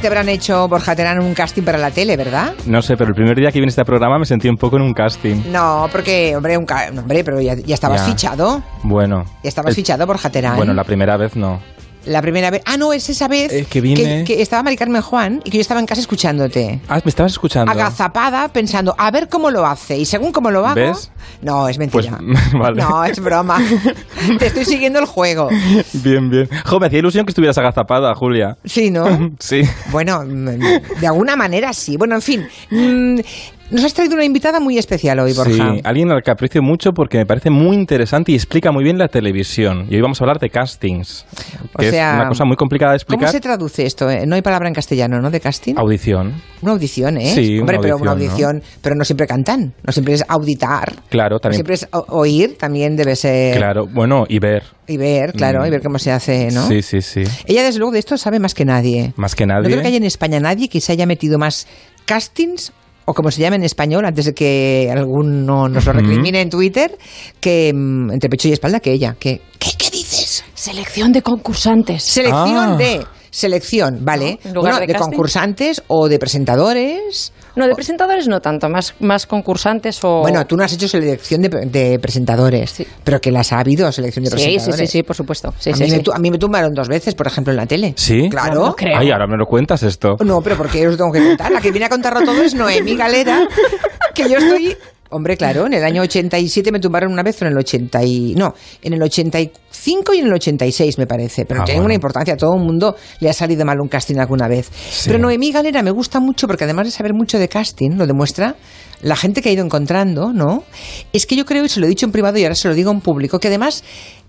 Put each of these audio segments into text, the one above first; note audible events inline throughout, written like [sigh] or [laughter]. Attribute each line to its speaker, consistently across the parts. Speaker 1: te habrán hecho, Borja, te harán un casting para la tele, ¿verdad?
Speaker 2: No sé, pero el primer día que vine a este programa me sentí un poco en un casting.
Speaker 1: No, porque, hombre, un ca- no, hombre pero ya, ya estabas
Speaker 2: Ya.
Speaker 1: fichado.
Speaker 2: Bueno.
Speaker 1: Ya estabas ¿eh?
Speaker 2: El-
Speaker 1: fichado, Borja Terán.
Speaker 2: Bueno, la primera vez no.
Speaker 1: La primera vez. Ah, no, es esa vez
Speaker 2: Es que vine-
Speaker 1: que, estaba Mari Carmen Juan y que yo estaba en casa escuchándote.
Speaker 2: Ah, me estabas escuchando.
Speaker 1: Agazapada pensando, a ver cómo lo hace. Y según cómo lo hago.
Speaker 2: ¿Ves?
Speaker 1: No, es mentira.
Speaker 2: Pues, [laughs] vale.
Speaker 1: No, es
Speaker 2: [laughs]
Speaker 1: broma. Te estoy siguiendo el juego.
Speaker 2: [laughs] Bien, bien. Jo, me hacía ilusión que estuvieras agazapada, Julia.
Speaker 1: Sí,
Speaker 2: [laughs]
Speaker 1: ¿no?
Speaker 2: Sí.
Speaker 1: Bueno, mm, de alguna manera sí. Bueno, en fin. mm, Nos has traído una invitada muy especial hoy, Borja.
Speaker 2: Sí, alguien al que aprecio mucho porque me parece muy interesante y explica muy bien la televisión. Y hoy vamos a hablar de castings,
Speaker 1: O
Speaker 2: que
Speaker 1: sea,
Speaker 2: es una cosa muy complicada de
Speaker 1: ¿Cómo
Speaker 2: explicar.
Speaker 1: se traduce esto? eh? No hay palabra en castellano, ¿no? De casting.
Speaker 2: Audición.
Speaker 1: Una audición, ¿eh?
Speaker 2: Sí, una
Speaker 1: Hombre, pero una
Speaker 2: audición,
Speaker 1: audición. Pero no siempre cantan. No siempre es auditar.
Speaker 2: Claro, también.
Speaker 1: Siempre es o- oír, también debe ser.
Speaker 2: Claro, bueno, y ver.
Speaker 1: Y ver, claro,
Speaker 2: Mm.
Speaker 1: y ver cómo se hace, ¿no?
Speaker 2: Sí, sí, sí.
Speaker 1: Ella, desde luego, de esto sabe más que nadie.
Speaker 2: Más que
Speaker 1: No
Speaker 2: nadie.
Speaker 1: creo que haya en España nadie que se haya metido más castings, o como se llama en español, antes de que alguno nos lo recrimine en Twitter, que mm, entre pecho y espalda que ella. Que, ¿qué, qué dices?
Speaker 3: Selección de concursantes.
Speaker 1: Selección
Speaker 2: Ah.
Speaker 1: de. Selección, ¿vale?
Speaker 3: No, Ah, en lugar
Speaker 1: Bueno,
Speaker 3: de
Speaker 1: de
Speaker 3: casting.
Speaker 1: concursantes o de presentadores.
Speaker 3: No, de presentadores no tanto, más, más concursantes o...
Speaker 1: Bueno, tú no has hecho selección de, de presentadores,
Speaker 3: Sí.
Speaker 1: pero que las ha habido, selección de
Speaker 3: Sí, sí,
Speaker 1: presentadores.
Speaker 3: sí, sí, por supuesto. Sí,
Speaker 1: a,
Speaker 3: sí,
Speaker 1: mí
Speaker 3: sí.
Speaker 1: Me, tu- a mí me tumbaron dos veces, por ejemplo, en la tele.
Speaker 2: ¿Sí?
Speaker 1: Claro.
Speaker 3: No, no creo.
Speaker 2: Ay, ahora me lo cuentas esto.
Speaker 1: No, pero porque os tengo que contar. La que viene a contarlo todo es Noemí Galera, que yo estoy. Hombre, claro, en el año 87 me tumbaron una vez, o en el 80 y... No, en el 85 y en el 86 me parece, pero
Speaker 2: Ah,
Speaker 1: tiene
Speaker 2: bueno.
Speaker 1: una importancia, a todo el mundo le ha salido mal un casting alguna vez. Pero Noemí Galera me gusta mucho porque además de saber mucho de casting, lo demuestra la gente que ha ido encontrando, ¿no? Es que yo creo, y se lo he dicho en privado y ahora se lo digo en público, que además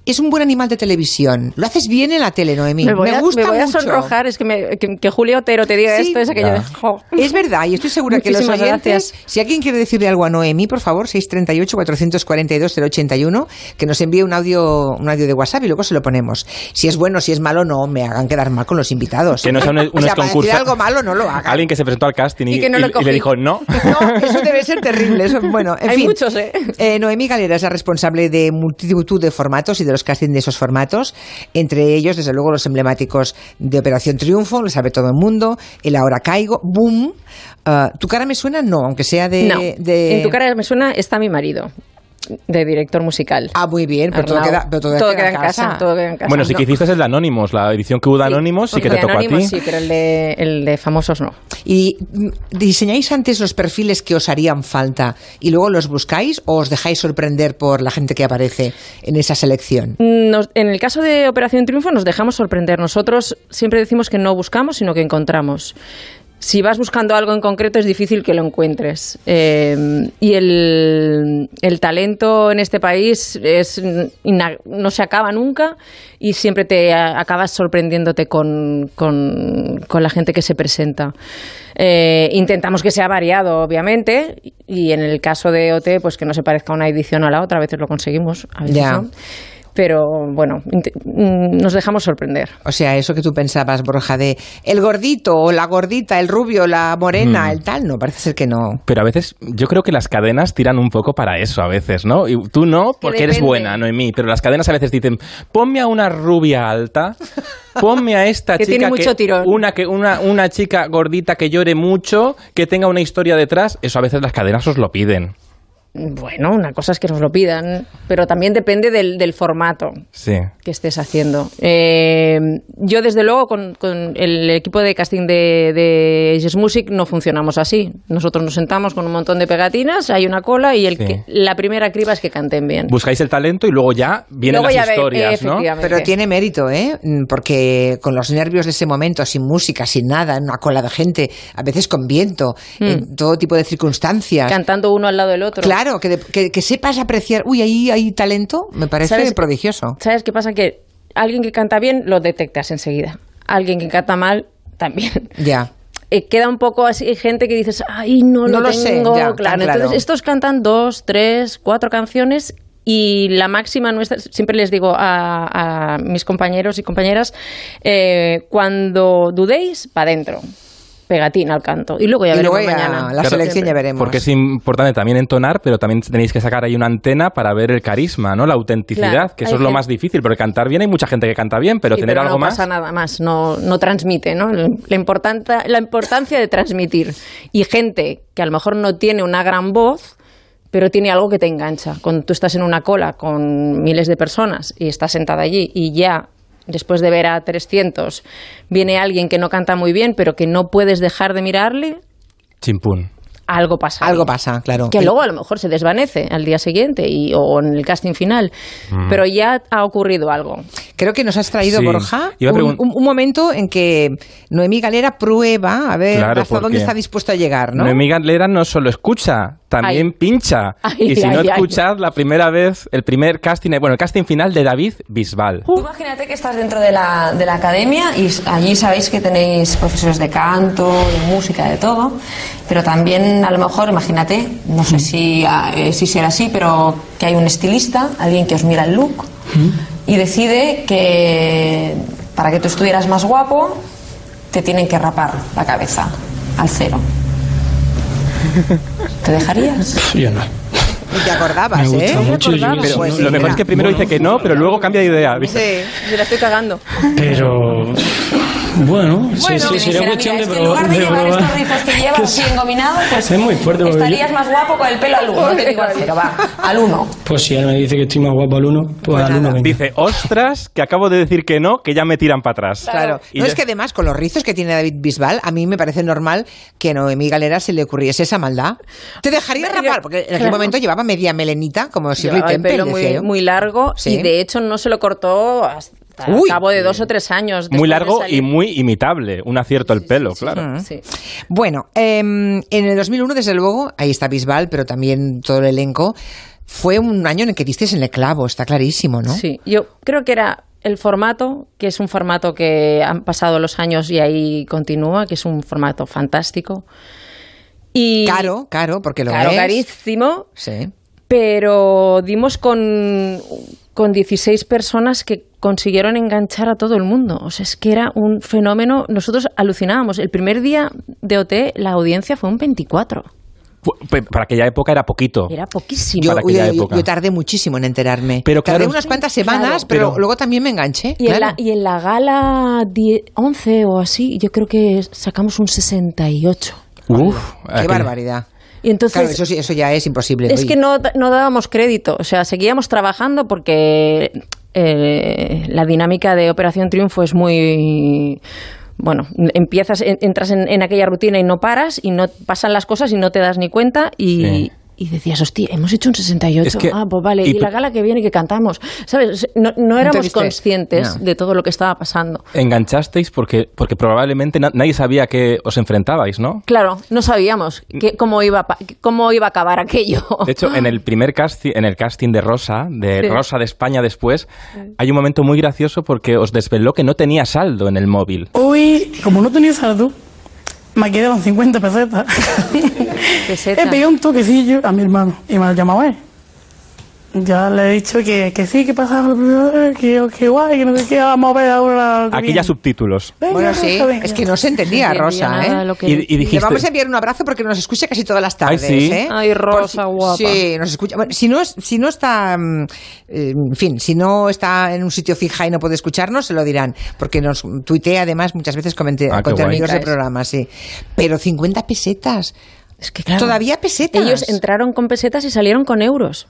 Speaker 1: es un buen animal de televisión. Lo haces bien en la tele, Noemí. Me,
Speaker 3: me voy, a,
Speaker 1: gusta
Speaker 3: me voy a
Speaker 1: mucho.
Speaker 3: sonrojar, es que, me- que, que Julio Otero te diga
Speaker 1: Sí.
Speaker 3: esto, es aquello
Speaker 2: Ya.
Speaker 3: de... jo.
Speaker 1: [laughs] Es verdad, y estoy segura que los
Speaker 3: Muchísimas
Speaker 1: oyentes,
Speaker 3: gracias.
Speaker 1: si alguien quiere decirle algo a Noemí, por favor, 638-442-081, que nos envíe un audio, un audio de WhatsApp y luego se lo ponemos. Si es bueno, si es malo, no me hagan quedar mal con los invitados.
Speaker 2: Que no
Speaker 3: [laughs]
Speaker 2: sean unos
Speaker 1: [laughs] o sea, para decir
Speaker 2: concursa-
Speaker 1: algo malo, no lo hagan.
Speaker 2: Alguien que se presentó al casting y,
Speaker 3: Y que no lo
Speaker 2: le
Speaker 3: cogí.
Speaker 2: dijo
Speaker 3: [laughs]
Speaker 2: no.
Speaker 1: No, eso debe ser terrible. Eso, bueno, en
Speaker 3: Hay
Speaker 1: fin.
Speaker 3: muchos, ¿eh?
Speaker 1: Eh, Noemí Galera es la responsable de multitud de formatos y de los castings de esos formatos, entre ellos, desde luego, los emblemáticos de Operación Triunfo, lo sabe todo el mundo, El Ahora Caigo, Boom. Ah, ¿Tu cara me suena? No, aunque sea de...
Speaker 3: [laughs] no,
Speaker 1: de-
Speaker 3: en tu cara me suena, está mi marido, de director musical.
Speaker 1: Ah, muy bien, pero todo
Speaker 3: Arnau.
Speaker 1: queda, pero todo queda en casa.
Speaker 3: todo queda en casa.
Speaker 2: Bueno, sí que hiciste el de Anónimos, la edición que hubo de Anónimos y que te
Speaker 3: Pues de
Speaker 2: tocó a
Speaker 3: Anónimos
Speaker 2: ti.
Speaker 3: Sí, pero el de, el de famosos no.
Speaker 1: ¿Y mm, diseñáis antes los perfiles que os harían falta y luego los buscáis o os dejáis sorprender por la gente que aparece en esa selección?
Speaker 3: Nos- en el caso de Operación Triunfo nos dejamos sorprender. Nosotros siempre decimos que no buscamos, sino que encontramos. Si vas buscando algo en concreto es difícil que lo encuentres. Eh, y el, el talento en este país es ina- no se acaba nunca y siempre te a- acabas sorprendiéndote con, con- con la gente que se presenta. Eh, intentamos que sea variado, obviamente, y en el caso de OT, pues que no se parezca una edición a la otra, a veces lo conseguimos, a veces
Speaker 1: Ya.
Speaker 3: no. Pero bueno, int- mm, nos dejamos sorprender.
Speaker 1: O sea, eso que tú pensabas, Borja, de el gordito o la gordita, el rubio, la
Speaker 2: Mm.
Speaker 1: morena, el tal, no, parece ser que no.
Speaker 2: Pero a veces yo creo que las cadenas tiran un poco para eso, a veces, ¿no? Y tú no, porque eres
Speaker 3: depende.
Speaker 2: buena, Noemí. Pero las cadenas a veces dicen, ponme a una rubia
Speaker 3: [laughs]
Speaker 2: alta, ponme a esta
Speaker 3: Que
Speaker 2: chica
Speaker 3: tiene mucho tirón.
Speaker 2: Una, que, una, una chica gordita que llore mucho, que tenga una historia detrás. Eso a veces las cadenas os lo piden.
Speaker 3: Bueno, una cosa es que nos lo pidan, pero también depende del, del formato
Speaker 2: Sí.
Speaker 3: que estés haciendo. Eh, yo, desde luego, con, con el equipo de casting de, de Yes Music no funcionamos así. Nosotros nos sentamos con un montón de pegatinas, hay una cola y el
Speaker 2: Sí.
Speaker 3: que- la primera criba es que canten bien.
Speaker 2: Buscáis el talento y luego ya vienen las
Speaker 3: Luego ya ve-
Speaker 2: historias, ¿no?
Speaker 3: efectivamente.
Speaker 1: Pero tiene mérito, ¿eh? Mm, Porque con los nervios de ese momento, sin música, sin nada, en una cola de gente, a veces con viento,
Speaker 3: Mm.
Speaker 1: en todo tipo de circunstancias.
Speaker 3: Cantando uno al lado del otro.
Speaker 1: Claro, que, de- que- que sepas apreciar, uy, ahí hay talento, me parece
Speaker 3: ¿Sabes?
Speaker 1: prodigioso.
Speaker 3: ¿Sabes qué pasa? Que alguien que canta bien lo detectas enseguida. Alguien que canta mal también. [laughs]
Speaker 1: Ya.
Speaker 3: Eh, queda un poco así, hay gente que dices, ay, no
Speaker 1: No
Speaker 3: lo,
Speaker 1: lo sé,
Speaker 3: tengo.
Speaker 1: ya, tan
Speaker 3: claro.
Speaker 1: claro.
Speaker 3: Entonces, estos cantan dos, tres, cuatro canciones y la máxima nuestra, siempre les digo a, a mis compañeros y compañeras, eh, cuando dudéis, para adentro. pegatín al canto. Y luego ya
Speaker 1: Y
Speaker 3: veremos
Speaker 1: luego ya
Speaker 3: mañana.
Speaker 1: la
Speaker 2: Claro,
Speaker 1: selección ya veremos.
Speaker 2: Porque es importante también entonar, pero también tenéis que sacar ahí una antena para ver el carisma, ¿no? La autenticidad,
Speaker 3: Claro,
Speaker 2: que eso
Speaker 3: hay
Speaker 2: es lo
Speaker 3: gente-
Speaker 2: más difícil, porque cantar bien hay mucha gente que canta bien, pero
Speaker 3: Sí,
Speaker 2: tener algo
Speaker 3: no
Speaker 2: más...
Speaker 3: pasa nada más, no, no transmite, ¿no? La, importanta, la importancia de transmitir. Y gente que a lo mejor no tiene una gran voz, pero tiene algo que te engancha. Cuando tú estás en una cola con miles de personas y estás sentada allí y ya después de ver a 300 viene alguien que no canta muy bien, pero que no puedes dejar de mirarle,
Speaker 2: Chimpún.
Speaker 3: algo pasa. ahí.
Speaker 1: Algo pasa, claro. Eh,
Speaker 3: Que luego a lo mejor se desvanece al día siguiente y, o en el casting final. Pero ya ha ocurrido algo.
Speaker 1: Creo que nos has traído,
Speaker 2: Sí.
Speaker 1: Borja,
Speaker 2: Iba a
Speaker 1: un,
Speaker 2: pregun-
Speaker 1: un- un momento en que Noemí Galera prueba a ver
Speaker 2: Claro,
Speaker 1: hasta dónde
Speaker 2: porque
Speaker 1: está dispuesto a llegar, ¿no?
Speaker 2: Noemí Galera no solo escucha, también
Speaker 3: Ay.
Speaker 2: pincha.
Speaker 3: [laughs] Ay,
Speaker 2: y si
Speaker 3: ay,
Speaker 2: no
Speaker 3: ay.
Speaker 2: escuchas la primera vez, el primer casting, bueno, el casting final de David Bisbal.
Speaker 3: Uh.
Speaker 4: Tú Imagínate que estás dentro de la, de la academia y s- allí sabéis que
Speaker 1: Eh,
Speaker 4: tenéis profesores de canto, de música, de todo, pero también a lo mejor, imagínate, no sé si, ah, eh, si será así, pero que hay un estilista, alguien que os mira el look y decide que para que tú estuvieras más guapo te tienen que rapar la cabeza al cero. ¿Te dejarías?
Speaker 5: Yo no.
Speaker 1: Ni te acordabas,
Speaker 5: Me gusta
Speaker 1: ¿eh?
Speaker 5: mucho, yo
Speaker 1: Recordabas.
Speaker 5: no-
Speaker 2: Pero
Speaker 1: Pues
Speaker 2: lo
Speaker 1: sí,
Speaker 2: mejor
Speaker 1: mira.
Speaker 2: es que primero dice que no, pero luego cambia de idea. ¿viste?
Speaker 3: Sí, me la estoy cagando.
Speaker 5: Pero. Bueno,
Speaker 4: Bueno,
Speaker 5: sí, sí, sería
Speaker 4: dijera,
Speaker 5: cuestión
Speaker 4: mira,
Speaker 5: de
Speaker 4: es que en
Speaker 5: probar.
Speaker 4: lugar de
Speaker 5: de
Speaker 4: llevar estos
Speaker 5: probar.
Speaker 4: rifles
Speaker 5: [laughs]
Speaker 4: que
Speaker 5: Que
Speaker 4: llevas
Speaker 5: es-
Speaker 4: bien combinados, pues
Speaker 5: es muy fuerte, porque
Speaker 4: estarías más guapo con el pelo al uno. No te digo al cero, va, al uno.
Speaker 5: Pues si él me dice que estoy más guapo al uno, pues, al uno venga.
Speaker 2: Dice, ostras, que acabo de decir que no, que ya me tiran para atrás.
Speaker 1: Claro.
Speaker 2: Y
Speaker 1: No
Speaker 2: ya-
Speaker 1: es que además con los rizos que tiene David Bisbal, a mí me parece normal que a Noemí Galera se le ocurriese esa maldad. Te dejaría
Speaker 3: Claro.
Speaker 1: rapar, porque en aquel
Speaker 3: Claro.
Speaker 1: momento llevaba media melenita, como Shirley
Speaker 3: Llevaba el
Speaker 1: Temple,
Speaker 3: pelo
Speaker 1: decía
Speaker 3: muy,
Speaker 1: yo.
Speaker 3: muy largo
Speaker 1: Sí.
Speaker 3: y de hecho no se lo cortó hasta al
Speaker 1: Uy.
Speaker 3: cabo de dos o tres años.
Speaker 2: Muy
Speaker 3: después de
Speaker 2: largo y
Speaker 3: salir.
Speaker 2: muy imitable. Un acierto el pelo, claro.
Speaker 1: Mm.
Speaker 3: Sí. Mm.
Speaker 1: Bueno, eh, en el 2001, desde luego, ahí está Bisbal, pero también todo el elenco. Fue un año en el que disteis en el clavo, está clarísimo, ¿no?
Speaker 3: Sí, yo creo que era el formato, que es un formato que han pasado los años y ahí continúa, que es un formato fantástico. Y
Speaker 1: Caro, caro, porque lo
Speaker 3: caro,
Speaker 1: es.
Speaker 3: carísimo,
Speaker 1: Sí.
Speaker 3: pero dimos con, con 16 personas que consiguieron enganchar a todo el mundo. O sea, es que era un fenómeno, nosotros alucinábamos. El primer día de OT la audiencia fue un 24.
Speaker 2: Fu- pe- Para aquella época era poquito.
Speaker 3: Era poquísimo.
Speaker 1: Yo,
Speaker 2: para aquella
Speaker 1: yo- yo-
Speaker 2: época.
Speaker 1: yo tardé muchísimo en enterarme.
Speaker 2: Pero
Speaker 1: tardé
Speaker 2: claro-
Speaker 1: unas cuantas semanas,
Speaker 3: Claro.
Speaker 1: pero,
Speaker 2: Pero-
Speaker 1: luego también me enganché.
Speaker 3: Y, en
Speaker 1: claro.
Speaker 3: la, y en la gala 10 11 o así, yo creo que sacamos un 68.
Speaker 2: Uf,
Speaker 1: Qué
Speaker 2: aquel-
Speaker 1: barbaridad.
Speaker 3: Y entonces...
Speaker 1: Claro, eso, sí- eso ya es imposible.
Speaker 3: Es
Speaker 1: oye.
Speaker 3: que no, no dábamos crédito, o sea, seguíamos trabajando porque eh, la dinámica de Operación Triunfo es muy... Bueno, empiezas, en- entras en, en aquella rutina y no paras, y no pasan las cosas y no te das ni cuenta y...
Speaker 2: Sí.
Speaker 3: y decías, hostia, hemos hecho un 68.
Speaker 2: Es que-
Speaker 3: ah, pues vale,
Speaker 2: y
Speaker 3: y,
Speaker 2: tú-
Speaker 3: la gala que viene que cantamos. ¿Sabes? O sea, No, no
Speaker 1: te
Speaker 3: éramos
Speaker 1: viste?
Speaker 3: conscientes
Speaker 1: No.
Speaker 3: de todo lo que estaba pasando.
Speaker 2: Enganchasteis porque, porque probablemente na- nadie sabía que os enfrentabais, ¿no?
Speaker 3: Claro, no sabíamos que- cómo, iba, a pa- cómo iba a acabar aquello.
Speaker 2: De hecho, en el primer casting, en el casting de Rosa, de
Speaker 3: Oh. Sí.
Speaker 2: Rosa de España después, hay un momento muy gracioso porque os desveló que no tenía saldo en el móvil.
Speaker 6: Hoy, como no tenía saldo, me quedaban
Speaker 1: [laughs]
Speaker 6: 50 pesetas.
Speaker 3: Pesetas.
Speaker 6: He pegado un toquecillo a mi hermano y me lo llamaba él. Ya le he dicho que, que sí, que pasaba la primera vez, que, que guay, que no sé qué, vamos a ver
Speaker 3: Oh,
Speaker 6: ahora.
Speaker 2: Aquí ya subtítulos.
Speaker 1: Bueno, sí, es que no se entendía,
Speaker 3: No entendía
Speaker 1: Rosa,
Speaker 3: nada de
Speaker 1: ¿eh?
Speaker 3: lo que-
Speaker 2: Y, y
Speaker 1: Le
Speaker 2: dijiste,
Speaker 1: vamos a enviar un abrazo porque nos escucha casi todas las
Speaker 2: Ay,
Speaker 1: tardes,
Speaker 2: ¿sí?
Speaker 1: ¿eh?
Speaker 3: Ay, Rosa,
Speaker 1: Por si-
Speaker 3: guapa.
Speaker 1: Sí, nos escucha. Bueno, si no, es- si no está, mm, eh, en fin, si no está en un sitio fija y no puede escucharnos, se lo dirán, porque nos tuitea además muchas veces con, ente-
Speaker 2: Ah, qué
Speaker 1: con
Speaker 2: guay.
Speaker 1: amigos de programa, sí. Pero 50 pesetas,
Speaker 3: [laughs] Es que claro.
Speaker 1: todavía pesetas.
Speaker 3: Ellos entraron con pesetas y salieron con euros.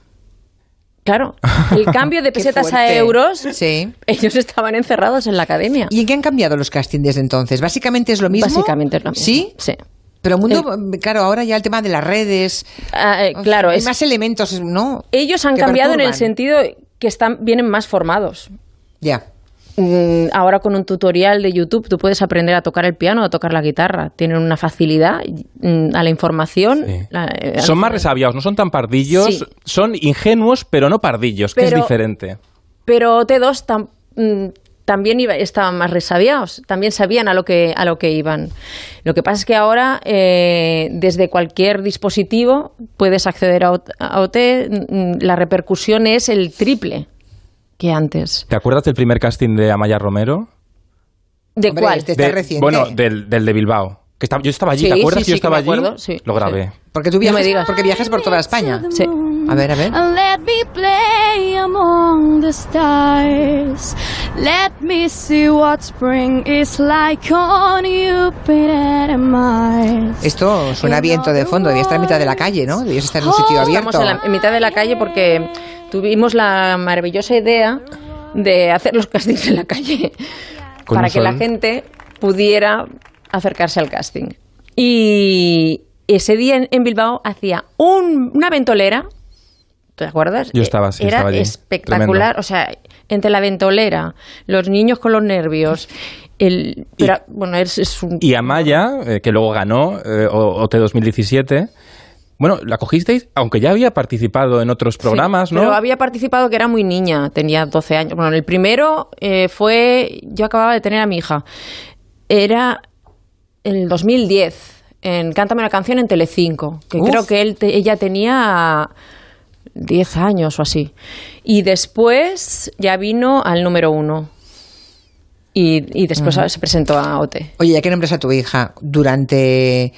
Speaker 3: Claro,
Speaker 1: [laughs]
Speaker 3: el cambio de
Speaker 1: Qué
Speaker 3: pesetas a
Speaker 1: fuerte.
Speaker 3: euros,
Speaker 1: Sí.
Speaker 3: ellos estaban encerrados en la academia.
Speaker 1: ¿Y en qué han cambiado los castings desde entonces? Básicamente es lo mismo.
Speaker 3: Básicamente es lo mismo.
Speaker 1: Sí.
Speaker 3: Sí.
Speaker 1: Pero mundo, mm, claro, ahora ya el tema de las redes,
Speaker 3: Ah, eh, claro,
Speaker 1: hay
Speaker 3: es-
Speaker 1: más elementos, ¿no?
Speaker 3: ellos han
Speaker 1: que
Speaker 3: cambiado en el
Speaker 1: perturban.
Speaker 3: sentido que están, vienen más formados.
Speaker 1: Ya.
Speaker 3: Mm, Ahora con un tutorial de YouTube tú puedes aprender a tocar el piano o a tocar la guitarra. Tienen una facilidad mm, a la información.
Speaker 2: Sí.
Speaker 3: la- eh,
Speaker 2: Son más
Speaker 3: alucinante.
Speaker 2: resabiados, no son tan pardillos,
Speaker 3: Sí.
Speaker 2: son ingenuos, pero no pardillos, que es
Speaker 3: Pero-
Speaker 2: diferente.
Speaker 3: Pero T2 tam- mm, también iba- estaban más resabiados, también sabían a lo que, a lo que iban. Lo que pasa es que ahora, eh, desde cualquier dispositivo, puedes acceder a, OT- a OT, mm, la repercusión es el triple que antes.
Speaker 2: ¿Te acuerdas del primer casting de Amaya Romero?
Speaker 3: ¿De
Speaker 1: Hombre,
Speaker 3: cuál?
Speaker 1: este- Está
Speaker 2: De-
Speaker 1: reciente.
Speaker 2: Bueno, del, del de Bilbao. Que estaba- yo estaba allí,
Speaker 3: Sí,
Speaker 2: ¿te acuerdas que yo
Speaker 3: sí, sí, que
Speaker 2: estaba
Speaker 3: me
Speaker 2: allí?
Speaker 3: acuerdo, sí,
Speaker 2: Lo grabé.
Speaker 1: Porque tú
Speaker 3: No me
Speaker 1: viajas,
Speaker 3: digas.
Speaker 1: porque viajas por toda España.
Speaker 3: Sí.
Speaker 1: A ver, a ver.
Speaker 7: And Let me play among the stars. Let me see what spring is like on Jupiter and Mars.
Speaker 1: Esto suena viento de fondo, debía estar en mitad de la calle, ¿no? Debías estar en un sitio abierto.
Speaker 3: Oh, Estamos en, la- en mitad de la calle porque tuvimos la maravillosa idea de hacer los castings en la calle
Speaker 2: Con
Speaker 3: para
Speaker 2: un
Speaker 3: que la
Speaker 2: sol.
Speaker 3: gente pudiera acercarse al casting. Y ese día en, en Bilbao hacía un- una ventolera. ¿Te acuerdas? Eh,
Speaker 2: Yo estaba, sí,
Speaker 3: Era
Speaker 2: estaba allí.
Speaker 3: espectacular.
Speaker 2: Tremendo.
Speaker 3: O sea, entre la ventolera, los niños con los nervios, el...
Speaker 2: Y-
Speaker 3: pero, bueno, es, es un...
Speaker 2: Y Amaya, eh, que luego ganó eh, O- OT 2017. Bueno, la cogisteis, aunque ya había participado en otros programas,
Speaker 3: Sí,
Speaker 2: ¿no?
Speaker 3: Pero había participado que era muy niña, tenía 12 años. Bueno, en el primero eh, fue. Yo acababa de tener a mi hija. Era en el 2010, en Cántame una canción en Telecinco, que
Speaker 1: Uf.
Speaker 3: creo que él te- ella tenía 10 años o así. Y después ya vino al número uno. Y, y después se presentó a OTE.
Speaker 1: Oye, ya que nombres a tu hija, durante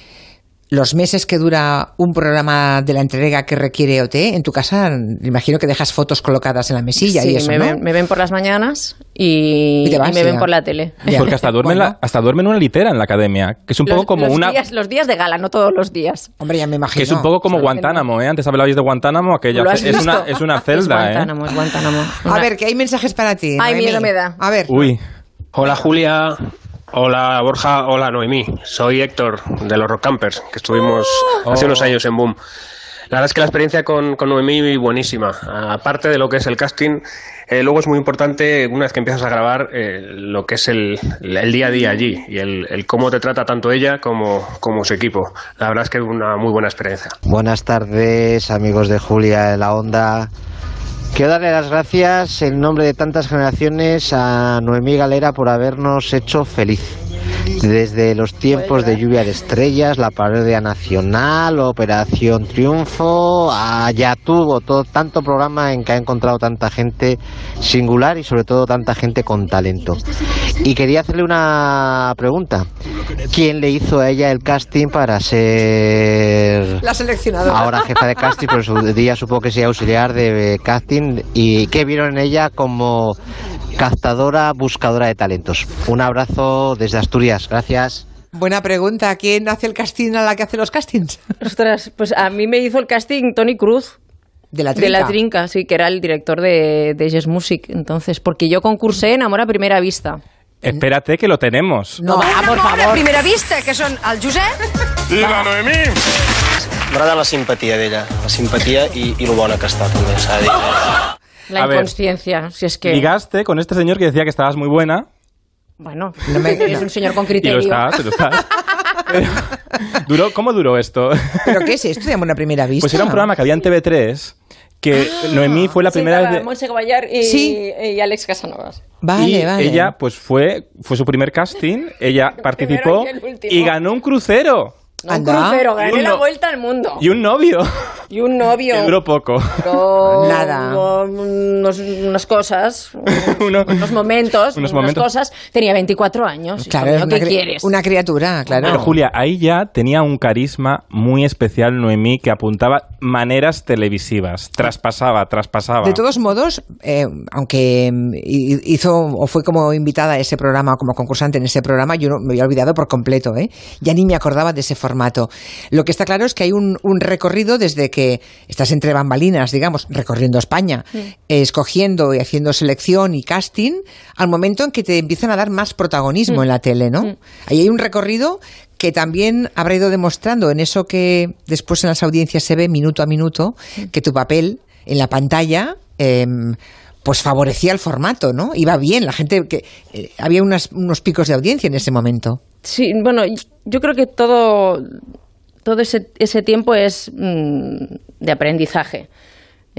Speaker 1: los meses que dura un programa de la entrega que requiere OT, en tu casa, imagino que dejas fotos colocadas en la mesilla y eso,
Speaker 3: me,
Speaker 1: ¿no?
Speaker 3: ven, me ven por las mañanas y,
Speaker 1: Y te vas,
Speaker 3: y me ven
Speaker 1: ya.
Speaker 3: por la tele.
Speaker 1: Ya.
Speaker 2: Porque
Speaker 3: [laughs]
Speaker 2: hasta duerme, en la-
Speaker 1: Bueno.
Speaker 2: hasta duerme en una litera en la academia, que es un poco
Speaker 3: Los-
Speaker 2: como
Speaker 3: los
Speaker 2: una...
Speaker 3: días- los días de gala, no todos los días.
Speaker 1: Hombre, ya me imagino.
Speaker 2: Que es un poco como Guantánamo, ¿eh? Antes hablabais de Guantánamo, aquella
Speaker 3: ¿Lo has
Speaker 2: ce- es,
Speaker 3: visto? Ah,
Speaker 2: una, es una celda, ¿eh?
Speaker 3: [laughs] Es Guantánamo, es [laughs] Guantánamo.
Speaker 1: A
Speaker 3: Una-
Speaker 1: ver, que hay mensajes para ti.
Speaker 3: Ay,
Speaker 1: Noemí.
Speaker 3: miedo me da.
Speaker 1: A ver.
Speaker 2: ¿eh? Uy,
Speaker 8: Hola Julia, hola Borja, hola Noemí. Soy Héctor de los Rock Campers, que estuvimos hace unos años en Boom. La verdad es que la experiencia con, con Noemí buenísima. Aparte de lo que es el casting, eh, luego es muy importante, una vez que empiezas a grabar, eh, lo que es el, el día a día allí y el, el cómo te trata tanto ella como, como su equipo. La verdad es que es una muy buena experiencia.
Speaker 9: Buenas tardes, amigos de Julia de la Onda. Quiero darle las gracias en nombre de tantas generaciones a Noemí Galera por habernos hecho feliz. Desde los tiempos de Lluvia de Estrellas, la parodia nacional, Operación Triunfo, allá tuvo todo, tanto programa en que ha encontrado tanta gente singular y sobre todo tanta gente con talento. Y quería hacerle una pregunta. ¿Quién le hizo a ella el casting para ser
Speaker 1: La seleccionadora.
Speaker 9: Ahora jefa de casting, pero en su día supongo que sea auxiliar de eh, casting. ¿Y qué vieron en ella como captadora, buscadora de talentos? Un abrazo desde Asturias, gracias.
Speaker 1: Buena pregunta. ¿Quién hace el casting a la que hace los castings?
Speaker 3: Ostras, pues a mí me hizo el casting Tony Cruz.
Speaker 1: [laughs] De la trinca.
Speaker 3: De la Trinca, sí, que era el director de, de Jazz Music. Entonces, porque yo concursé en Amor a Primera Vista.
Speaker 2: espérate que lo tenemos.
Speaker 1: No, ah, por
Speaker 10: A
Speaker 1: favor.
Speaker 10: primera vista, que són el Josep...
Speaker 11: M'agrada la simpatia d'ella, la simpatia i, i lo bona que està, també, s'ha de dir.
Speaker 3: La
Speaker 2: A ver.
Speaker 3: inconsciencia, si es que.
Speaker 2: Ligaste con este señor que decía que estabas muy buena.
Speaker 3: Bueno,
Speaker 1: No me-
Speaker 3: es un señor con criterio.
Speaker 2: Y lo estás, y lo
Speaker 3: [laughs]
Speaker 2: estás. Pero- duró, ¿Cómo duró esto?
Speaker 1: ¿Pero qué es esto de una primera vista?
Speaker 2: Pues era un programa que había en TV3 que
Speaker 3: Ah,
Speaker 2: Noemí fue la primera vez. de-
Speaker 3: Montse Caballar y,
Speaker 1: Sí.
Speaker 3: y Alex Casanovas.
Speaker 1: Vale,
Speaker 2: y
Speaker 1: vale.
Speaker 2: ella, pues fue, fue su primer casting,
Speaker 3: [laughs]
Speaker 2: ella participó
Speaker 3: y el último.
Speaker 2: y ganó un crucero
Speaker 1: Anda.
Speaker 3: Pero gané
Speaker 2: Y
Speaker 3: la
Speaker 2: uno-
Speaker 3: vuelta al mundo.
Speaker 2: y un
Speaker 3: [laughs]
Speaker 2: novio,
Speaker 3: Y un novio.
Speaker 2: que duró
Speaker 3: [laughs]
Speaker 2: poco.
Speaker 3: con
Speaker 1: Nada.
Speaker 3: con unos-
Speaker 2: [laughs]
Speaker 3: unas cosas,
Speaker 2: Uno-
Speaker 3: unos
Speaker 2: [laughs] unos
Speaker 3: momentos, unas
Speaker 2: momentos.
Speaker 3: cosas. Tenía 24 años. hijo
Speaker 1: Claro,
Speaker 3: mío,
Speaker 1: es una,
Speaker 3: ¿Qué
Speaker 1: cri-
Speaker 3: quieres?
Speaker 1: una criatura, claro.
Speaker 2: Pero Julia, ahí ya tenía un carisma muy especial Noemí que apuntaba maneras televisivas, traspasaba, traspasaba.
Speaker 1: De todos modos, eh, aunque mm, hi- hizo o fue como invitada a ese programa o como concursante en ese programa, yo no- me había olvidado por completo, ¿eh? Ya ni me acordaba de ese formato. Lo que está claro es que hay un, un recorrido desde que estás entre bambalinas, digamos, recorriendo España, eh, escogiendo y haciendo selección y casting, al momento en que te empiezan a dar más protagonismo en la tele, ¿no? Ahí hay un recorrido que también habrá ido demostrando en eso que después en las audiencias se ve minuto a minuto, que tu papel en la pantalla, eh, pues favorecía el formato, ¿no? Iba bien, la gente que eh, había unas- unos picos de audiencia en ese momento.
Speaker 3: Sí, bueno, y- yo creo que todo, todo ese, ese tiempo es mm, de aprendizaje.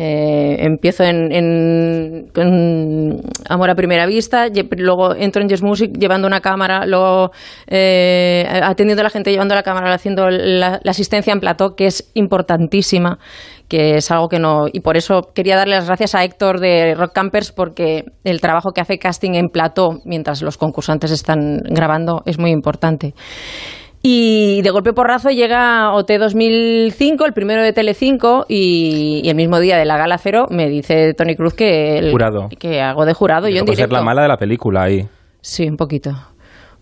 Speaker 3: Eh, empiezo en, en- con Amor a Primera Vista, lle- luego entro en Jazz Music llevando una cámara, luego eh, atendiendo a la gente, llevando la cámara, haciendo la, la asistencia en plató, que es importantísima, que es algo que no... Y por eso quería darle las gracias a Héctor de Rock Campers, porque el trabajo que hace casting en plató mientras los concursantes están grabando es muy importante. Y de golpe porrazo llega OT 2005, el primero de Telecinco, y, y el mismo día de la gala cero me dice Tony Cruz que, el-
Speaker 2: Jurado.
Speaker 3: que hago de jurado. y Yo en
Speaker 2: Puede ser
Speaker 3: directo.
Speaker 2: la mala de la película ahí.
Speaker 3: Sí, un poquito.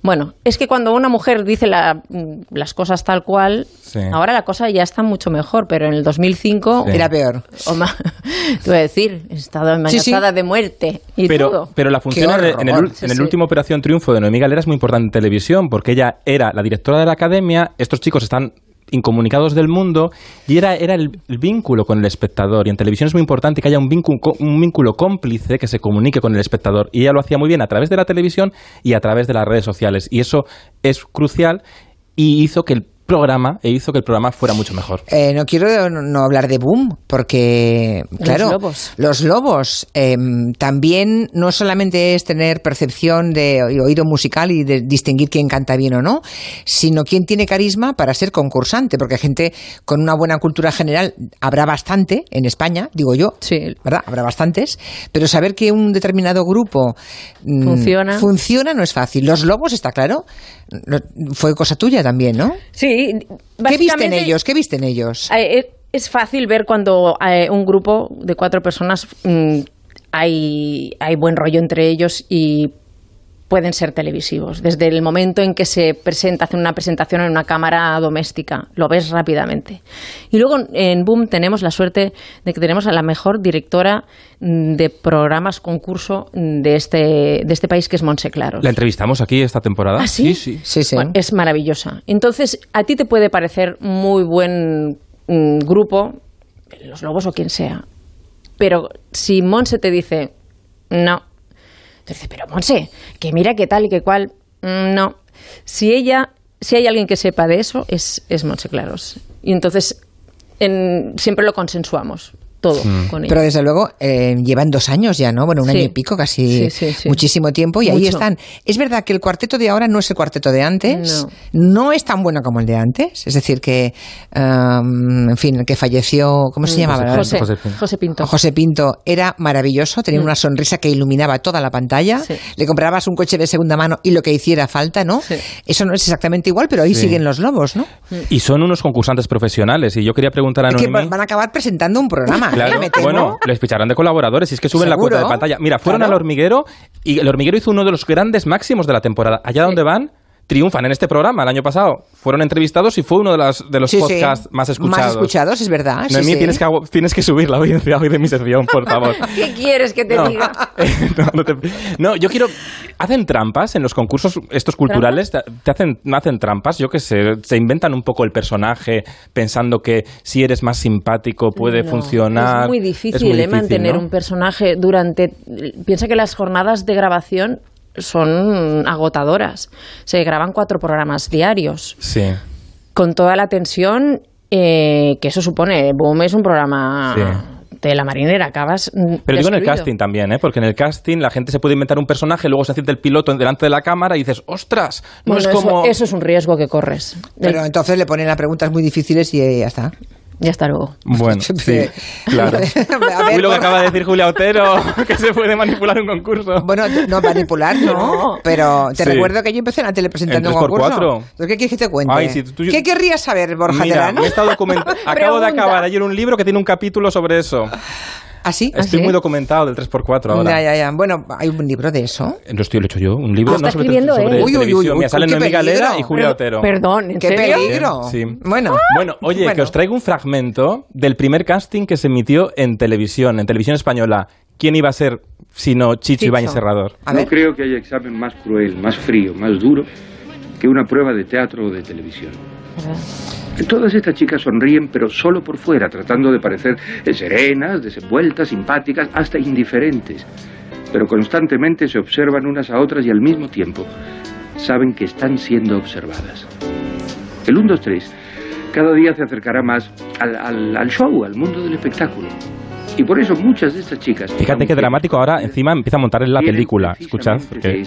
Speaker 3: Bueno, es que cuando una mujer dice la- mm, las cosas tal cual,
Speaker 2: Sí.
Speaker 3: ahora la cosa ya está mucho mejor, pero en el 2005...
Speaker 2: Sí.
Speaker 3: [laughs]
Speaker 2: Era
Speaker 1: peor.
Speaker 3: O más, te voy a decir, he estado
Speaker 1: Sí,
Speaker 3: amenazada
Speaker 1: sí.
Speaker 3: de muerte y
Speaker 2: Pero,
Speaker 3: todo.
Speaker 2: pero la función en el, en el ul- en el último Operación Triunfo de Noemí Galera es muy importante en televisión, porque ella era la directora de la academia, estos chicos están incomunicados del mundo, y era, era el, el vínculo con el espectador. Y en televisión es muy importante que haya un vínculo, co- un vínculo cómplice que se comunique con el espectador. Y ella lo hacía muy bien a través de la televisión y a través de las redes sociales. Y eso es crucial y hizo que el programa, e hizo que el programa fuera mucho mejor.
Speaker 1: Eh, no quiero no, no hablar de Boom, porque, claro,
Speaker 2: lobos.
Speaker 1: los lobos, eh, también no solamente es tener percepción de o- oído musical y de distinguir quién canta bien o no, sino quién tiene carisma para ser concursante, porque gente con una buena cultura general habrá bastante en España, digo yo, ¿verdad? Habrá bastantes, pero saber que un determinado grupo mm,
Speaker 3: Funciona.
Speaker 1: funciona no es fácil. Los lobos, está claro, lo- fue cosa tuya también, ¿no?
Speaker 3: Sí,
Speaker 1: ¿Qué visten
Speaker 3: básicamente-
Speaker 1: ellos? ¿Qué visten ellos?
Speaker 3: Eh, eh, Es fácil ver cuando eh, un grupo de cuatro personas mm, hay, hay buen rollo entre ellos y pueden ser televisivos. Desde el momento en que se presenta, hacen una presentación en una cámara doméstica, lo ves rápidamente. Y luego en Boom tenemos la suerte de que tenemos a la mejor directora mm, de programas concurso mm, de este, de este país, que es Montse Claros.
Speaker 2: ¿La entrevistamos aquí esta temporada?
Speaker 3: ¿Ah, sí?
Speaker 2: Sí, sí.
Speaker 3: Bueno, es maravillosa. Entonces, a ti te puede parecer muy buen mm, grupo, los lobos o quien sea, pero si Monse te dice, no, te dice, pero Monse, que mira qué tal y qué cual, mm, no. Si ella, si hay alguien que sepa de eso, es, es Monse Claros. Y entonces, en- siempre lo consensuamos, todo con ella.
Speaker 1: Pero desde luego eh, llevan dos años ya, ¿no? Bueno, un
Speaker 3: Sí.
Speaker 1: año y pico, casi
Speaker 3: Sí, sí, sí.
Speaker 1: muchísimo tiempo. Y ahí
Speaker 3: Mucho.
Speaker 1: están. Es verdad que el cuarteto de ahora no es el cuarteto de antes. No, es tan bueno como el de antes. Es decir, que, um, en fin, el que falleció, ¿cómo se llamaba?
Speaker 3: Mm. José, José Pinto.
Speaker 1: José Pinto era maravilloso, tenía
Speaker 3: Mm.
Speaker 1: una sonrisa que iluminaba toda la pantalla.
Speaker 3: Sí.
Speaker 1: Le comprabas un coche de segunda mano y lo que hiciera falta, ¿no? Eso no es exactamente igual, pero ahí
Speaker 2: Sí.
Speaker 1: siguen los lobos, ¿no?
Speaker 2: Y son unos concursantes profesionales. Y yo quería preguntar a
Speaker 1: Es que
Speaker 2: Noemí...
Speaker 1: van a acabar presentando un programa. ¿eh?
Speaker 2: Claro,
Speaker 1: Ah, me temo.
Speaker 2: bueno, les ficharán de colaboradores y es que suben la
Speaker 1: Seguro.
Speaker 2: cuota de pantalla. Mira, fueron al hormiguero y el hormiguero hizo uno de los grandes máximos de la temporada. Allá donde van, triunfan en este programa el año pasado. Fueron entrevistados y fue uno de, las, de los
Speaker 1: Sí, sí.
Speaker 2: podcasts más escuchados.
Speaker 1: Más escuchados, es verdad. sí,
Speaker 2: Noemí,
Speaker 1: sí.
Speaker 2: Tienes, que, agu- tienes que subir la audiencia [laughs] hoy de mi sección, por favor.
Speaker 3: ¿Qué quieres que te
Speaker 2: No. Eh,
Speaker 3: diga?
Speaker 2: [laughs] no, no te- no, yo quiero... Hacen trampas en los concursos estos culturales. Te, te hacen, no hacen trampas, yo que sé. Se inventan un poco el personaje pensando que si eres más simpático puede
Speaker 3: No,
Speaker 2: funcionar.
Speaker 3: Es muy difícil, eh, mantener
Speaker 2: ¿no?
Speaker 3: un personaje durante. Piensa que las jornadas de grabación son agotadoras. Se graban cuatro programas diarios
Speaker 2: Sí.
Speaker 3: con toda la tensión eh, que eso supone. Boom es un programa de la marinera, acabas. mm,
Speaker 2: Pero digo en el
Speaker 3: destruido.
Speaker 2: casting también, ¿eh? Porque en el casting la gente se puede inventar un personaje, luego se siente el piloto delante de la cámara y dices, ostras, no
Speaker 3: Bueno,
Speaker 2: es
Speaker 3: eso-
Speaker 2: como...
Speaker 3: eso, es un riesgo que corres.
Speaker 1: Pero entonces le ponen las preguntas muy difíciles y eh, ya
Speaker 2: [laughs]
Speaker 1: está.
Speaker 3: Ya está luego. [laughs]
Speaker 2: Bueno, sí,
Speaker 1: A
Speaker 2: claro.
Speaker 1: ver,
Speaker 2: Uy, lo que
Speaker 1: bueno,
Speaker 2: acaba de decir Julia Otero, [laughs] que se puede manipular un concurso.
Speaker 1: bueno, t- no manipular, no. Pero te
Speaker 2: Sí.
Speaker 1: recuerdo que yo empecé en la tele presentando
Speaker 2: En
Speaker 1: un concurso.
Speaker 2: 3x4.
Speaker 1: Entonces, ¿Qué quieres que te cuente?
Speaker 2: Ay, si tú-
Speaker 1: ¿Qué querrías saber, Borja
Speaker 2: Mira,
Speaker 1: Terán?
Speaker 2: me he
Speaker 1: [laughs]
Speaker 2: estado document- Acabo de
Speaker 1: Pregunta.
Speaker 2: acabar ayer un libro que tiene un capítulo sobre eso.
Speaker 1: ¿Así?
Speaker 2: Estoy muy documentado del 3x4 ahora.
Speaker 1: ¿Ah, Ya, ya, ya. Bueno, hay un libro de eso.
Speaker 2: Lo estoy lo he hecho yo, un libro
Speaker 1: Ah, está
Speaker 2: no, sobre,
Speaker 1: escribiendo
Speaker 2: sobre
Speaker 1: él. Uy, uy, uy,
Speaker 2: televisión.
Speaker 1: uy,
Speaker 2: Mira, salen
Speaker 1: qué
Speaker 2: Noemí Galera
Speaker 1: peligro.
Speaker 2: y Julia
Speaker 1: Per-
Speaker 2: Otero.
Speaker 3: perdón, ¿en
Speaker 1: Qué
Speaker 3: serio?
Speaker 1: peligro.
Speaker 2: Sí.
Speaker 1: Bueno.
Speaker 2: Bueno, oye, que
Speaker 1: Bueno.
Speaker 2: os traigo un fragmento del primer casting que se emitió en televisión, en televisión española. ¿Quién iba a ser sino Chicho, Ibáñez Serrador?
Speaker 12: No creo que haya examen más cruel, más frío, más duro que una prueba de teatro o de televisión. Todas estas chicas sonríen, pero solo por fuera, tratando de parecer eh, serenas, desenvueltas, simpáticas, hasta indiferentes. Pero constantemente se observan unas a otras y al mismo tiempo saben que están siendo observadas. El 1, 2, 3 cada día se acercará más al, al- al show, al mundo del espectáculo. Y por eso muchas de estas chicas...
Speaker 2: Fíjate qué dramático. Ahora encima empieza a montar en la película. Escuchad. porque-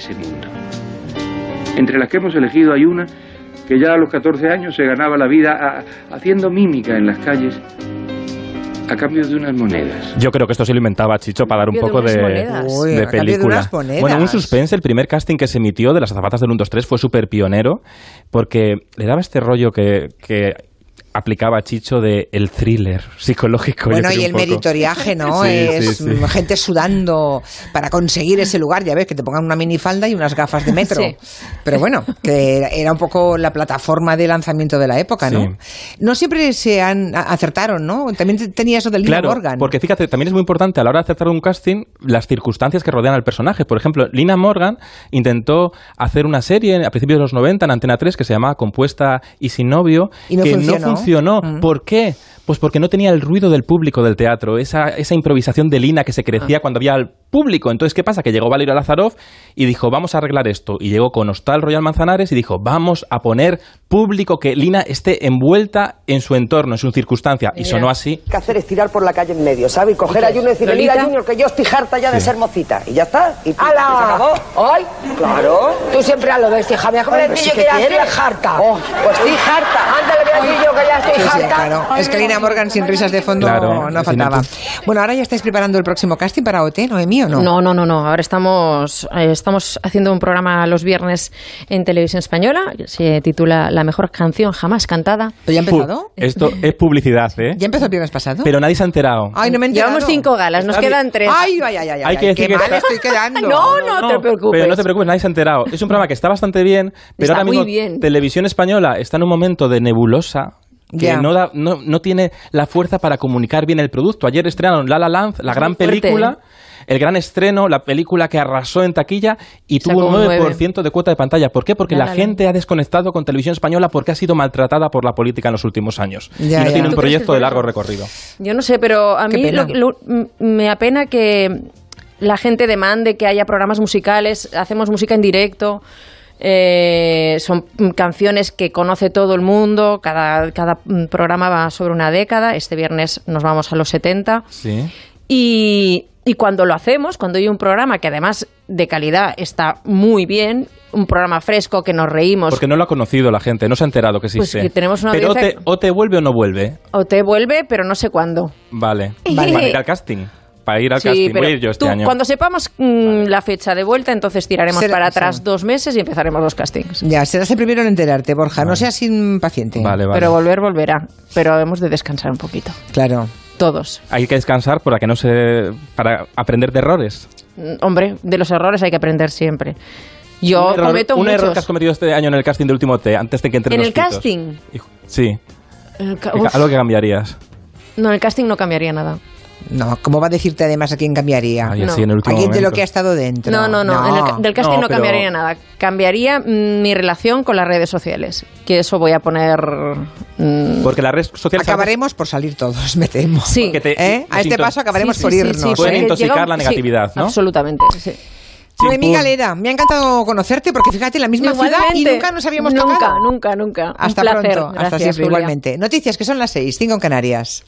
Speaker 12: Entre las que hemos elegido hay una que ya a los 14 años se ganaba la vida a- haciendo mímica en las calles, a cambio de unas monedas.
Speaker 2: Yo creo que esto se lo inventaba Chicho para dar un
Speaker 12: Cambio
Speaker 2: poco
Speaker 12: de
Speaker 2: de,
Speaker 12: unas monedas. Uy,
Speaker 2: de
Speaker 12: a cambio de
Speaker 2: película.
Speaker 12: unas monedas.
Speaker 2: bueno, un suspense, el primer casting que se emitió de las azafatas del 1, 2, 3 fue súper pionero porque le daba este rollo que, que aplicaba Chicho de el thriller psicológico. yo
Speaker 1: Bueno,
Speaker 2: creo
Speaker 1: y
Speaker 2: un
Speaker 1: el
Speaker 2: poco.
Speaker 1: meritoriaje, ¿no?
Speaker 2: Sí,
Speaker 1: es
Speaker 2: sí, sí.
Speaker 1: mm, gente sudando para conseguir ese lugar. Ya ves, que te pongan una minifalda y unas gafas de metro.
Speaker 3: Sí.
Speaker 1: Pero bueno, que era- era un poco la plataforma de lanzamiento de la época, ¿no? No siempre se han a- acertaron, ¿no? También te- tenía eso del Lina
Speaker 2: Claro,
Speaker 1: Morgan.
Speaker 2: porque fíjate, también es muy importante a la hora de acertar un casting las circunstancias que rodean al personaje. Por ejemplo, Lina Morgan intentó hacer una serie a principios de los 90 en Antena 3 que se llamaba Compuesta y sin novio,
Speaker 1: Y no
Speaker 2: que
Speaker 1: funcionó. Mm.
Speaker 2: no funcionó. ¿Por qué? Pues porque no tenía el ruido del público del teatro, esa, esa improvisación de Lina que se crecía
Speaker 1: Ah.
Speaker 2: cuando había al público. Entonces, ¿qué pasa? Que llegó Valerio Lázarov y dijo, vamos a arreglar esto. Y llegó con Hostal Royal Manzanares y dijo, vamos a poner público que Lina esté envuelta en su entorno, en su circunstancia. Y sonó así
Speaker 13: que hacer es tirar por la calle en medio, ¿sabes? Y coger a Junior y decirle,
Speaker 14: Lolita?
Speaker 13: mira, Junior, que yo estoy harta ya de
Speaker 14: Sí.
Speaker 13: ser mocita. Y ya está. Y
Speaker 14: ¡Hala!
Speaker 13: ¿Hoy? Claro. Tú siempre a lo ves, hija mía.
Speaker 14: ¿cómo le pillo que ya estoy
Speaker 13: harta? pues estoy harta. Ándale, mira, pillo que ya estoy
Speaker 1: Sí, sí,
Speaker 13: harta.
Speaker 1: claro. Es que Lina Morgan sin risas de fondo
Speaker 3: Claro,
Speaker 1: no
Speaker 3: al final
Speaker 1: faltaba.
Speaker 3: tú-
Speaker 1: Bueno, ahora ya estáis preparando el próximo casting para OT, Noemí, ¿o no?
Speaker 3: No, no, no, no. Ahora estamos, eh, estamos haciendo un programa los viernes en televisión española. que Se titula La mejor canción jamás cantada.
Speaker 1: ¿Pero ya ha
Speaker 2: Pu- Esto es
Speaker 3: [laughs]
Speaker 2: publicidad, ¿eh?
Speaker 1: ¿Ya empezó el viernes pasado?
Speaker 2: Pero nadie se ha enterado.
Speaker 1: Ay, no me he enterado.
Speaker 3: Llevamos cinco galas, nos
Speaker 1: Está bien.
Speaker 3: quedan tres.
Speaker 1: Ay, ay, ay, ay,
Speaker 2: Hay
Speaker 1: ay,
Speaker 2: que decir
Speaker 1: qué
Speaker 2: que
Speaker 1: mal
Speaker 2: está-
Speaker 1: estoy quedando.
Speaker 3: [laughs] No, no, te preocupes.
Speaker 2: Pero no te preocupes, nadie se ha enterado. Es un programa que está bastante bien, pero
Speaker 3: Está
Speaker 2: ahora
Speaker 3: muy
Speaker 2: mismo
Speaker 3: bien.
Speaker 2: Televisión Española está en un momento de nebulosa que
Speaker 3: Ya.
Speaker 2: no, da- no, no tiene la fuerza para comunicar bien el producto. Ayer estrenaron La La Land, la gran
Speaker 3: fuerte, ¿eh?
Speaker 2: película, el gran estreno, la película que arrasó en taquilla y
Speaker 3: Sacó
Speaker 2: tuvo un
Speaker 3: un nueve.
Speaker 2: 9% de cuota de pantalla. ¿Por qué? Porque
Speaker 3: La
Speaker 2: la,
Speaker 3: La Land.
Speaker 2: gente ha desconectado con Televisión Española porque ha sido maltratada por la política en los últimos años.
Speaker 3: Ya,
Speaker 2: y no tiene un
Speaker 3: ya. ¿Tú crees que es
Speaker 2: proyecto de
Speaker 3: por
Speaker 2: largo
Speaker 3: eso?
Speaker 2: recorrido.
Speaker 3: Yo no sé, pero a
Speaker 1: Qué
Speaker 3: mí
Speaker 1: pena.
Speaker 3: lo- lo- m- me apena que la gente demande que haya programas musicales, hacemos música en directo. eh, son mm, canciones que conoce todo el mundo, cada, cada mm, programa va sobre una década, este viernes nos vamos a los 70
Speaker 2: Sí.
Speaker 3: y, y cuando lo hacemos, cuando hay un programa que además de calidad está muy bien, un programa fresco que nos reímos,
Speaker 2: Porque no lo ha conocido la gente, no se ha enterado que
Speaker 3: Pues
Speaker 2: existe.
Speaker 3: que tenemos una
Speaker 2: Pero o te,
Speaker 3: audiencia-
Speaker 2: o te vuelve o no vuelve.
Speaker 3: o te vuelve, pero no sé cuándo. [laughs]
Speaker 2: Vale.
Speaker 3: Vale.
Speaker 2: Para ir al casting. Para ir al
Speaker 3: Sí,
Speaker 2: casting.
Speaker 3: pero
Speaker 2: Voy a ir yo este
Speaker 3: tú,
Speaker 2: año.
Speaker 3: Cuando sepamos mm, la fecha de vuelta, entonces tiraremos
Speaker 1: Será-
Speaker 3: para
Speaker 1: sí.
Speaker 3: atrás dos meses y empezaremos los castings.
Speaker 1: Ya, serás el primero en enterarte, Borja. No seas impaciente.
Speaker 2: Vale, vale.
Speaker 3: Pero volver, volverá. Pero hemos de descansar un poquito.
Speaker 1: Claro.
Speaker 3: Todos.
Speaker 2: Hay que descansar para que no se. para aprender de errores.
Speaker 3: Mm, Hombre, de los errores hay que aprender siempre. Yo
Speaker 2: un error,
Speaker 3: cometo
Speaker 2: un error
Speaker 3: muchos.
Speaker 2: que has cometido este año en el casting del último T, antes de que entre
Speaker 3: ¿En
Speaker 2: los
Speaker 3: el
Speaker 2: pitos.
Speaker 3: casting?
Speaker 2: Hijo- Sí.
Speaker 3: El ca-
Speaker 2: ¿Qué-
Speaker 3: Uf,
Speaker 2: Algo que cambiarías.
Speaker 3: No, en el casting no cambiaría nada.
Speaker 1: No, ¿cómo va a decirte además a quién cambiaría?
Speaker 2: Ay, así en el último
Speaker 1: Alguien de lo
Speaker 2: momento.
Speaker 1: que ha estado dentro.
Speaker 3: No, no, no. en el ca- del casting no,
Speaker 1: pero-
Speaker 3: cambiaría nada. Cambiaría mm, mi relación con las redes sociales. Que eso voy a poner. mm,
Speaker 2: Porque las redes sociales.
Speaker 1: Acabaremos por salir todos, [laughs] me temo.
Speaker 3: Sí.
Speaker 2: Porque te- Pues,
Speaker 1: ¿Eh? A este
Speaker 2: intox-
Speaker 1: paso acabaremos
Speaker 3: Sí,
Speaker 1: por
Speaker 3: sí, sí,
Speaker 1: irnos.
Speaker 3: sí,
Speaker 2: ¿eh? Pueden
Speaker 3: porque
Speaker 2: intoxicar
Speaker 3: llega un-
Speaker 2: la negatividad,
Speaker 3: sí,
Speaker 2: ¿no?
Speaker 3: Absolutamente. sí.
Speaker 1: Noemí
Speaker 2: Chimpún.
Speaker 1: Galera, me ha encantado conocerte porque fíjate, en la misma ciudad y
Speaker 3: Igualmente.
Speaker 1: nunca nos habíamos
Speaker 3: Nunca,
Speaker 1: tocado.
Speaker 3: nunca, nunca. Un
Speaker 1: Hasta
Speaker 3: placer.
Speaker 1: pronto, hasta
Speaker 3: Gracias,
Speaker 1: siempre,
Speaker 3: Julia.
Speaker 1: igualmente. Noticias que son las seis, cinco en Canarias.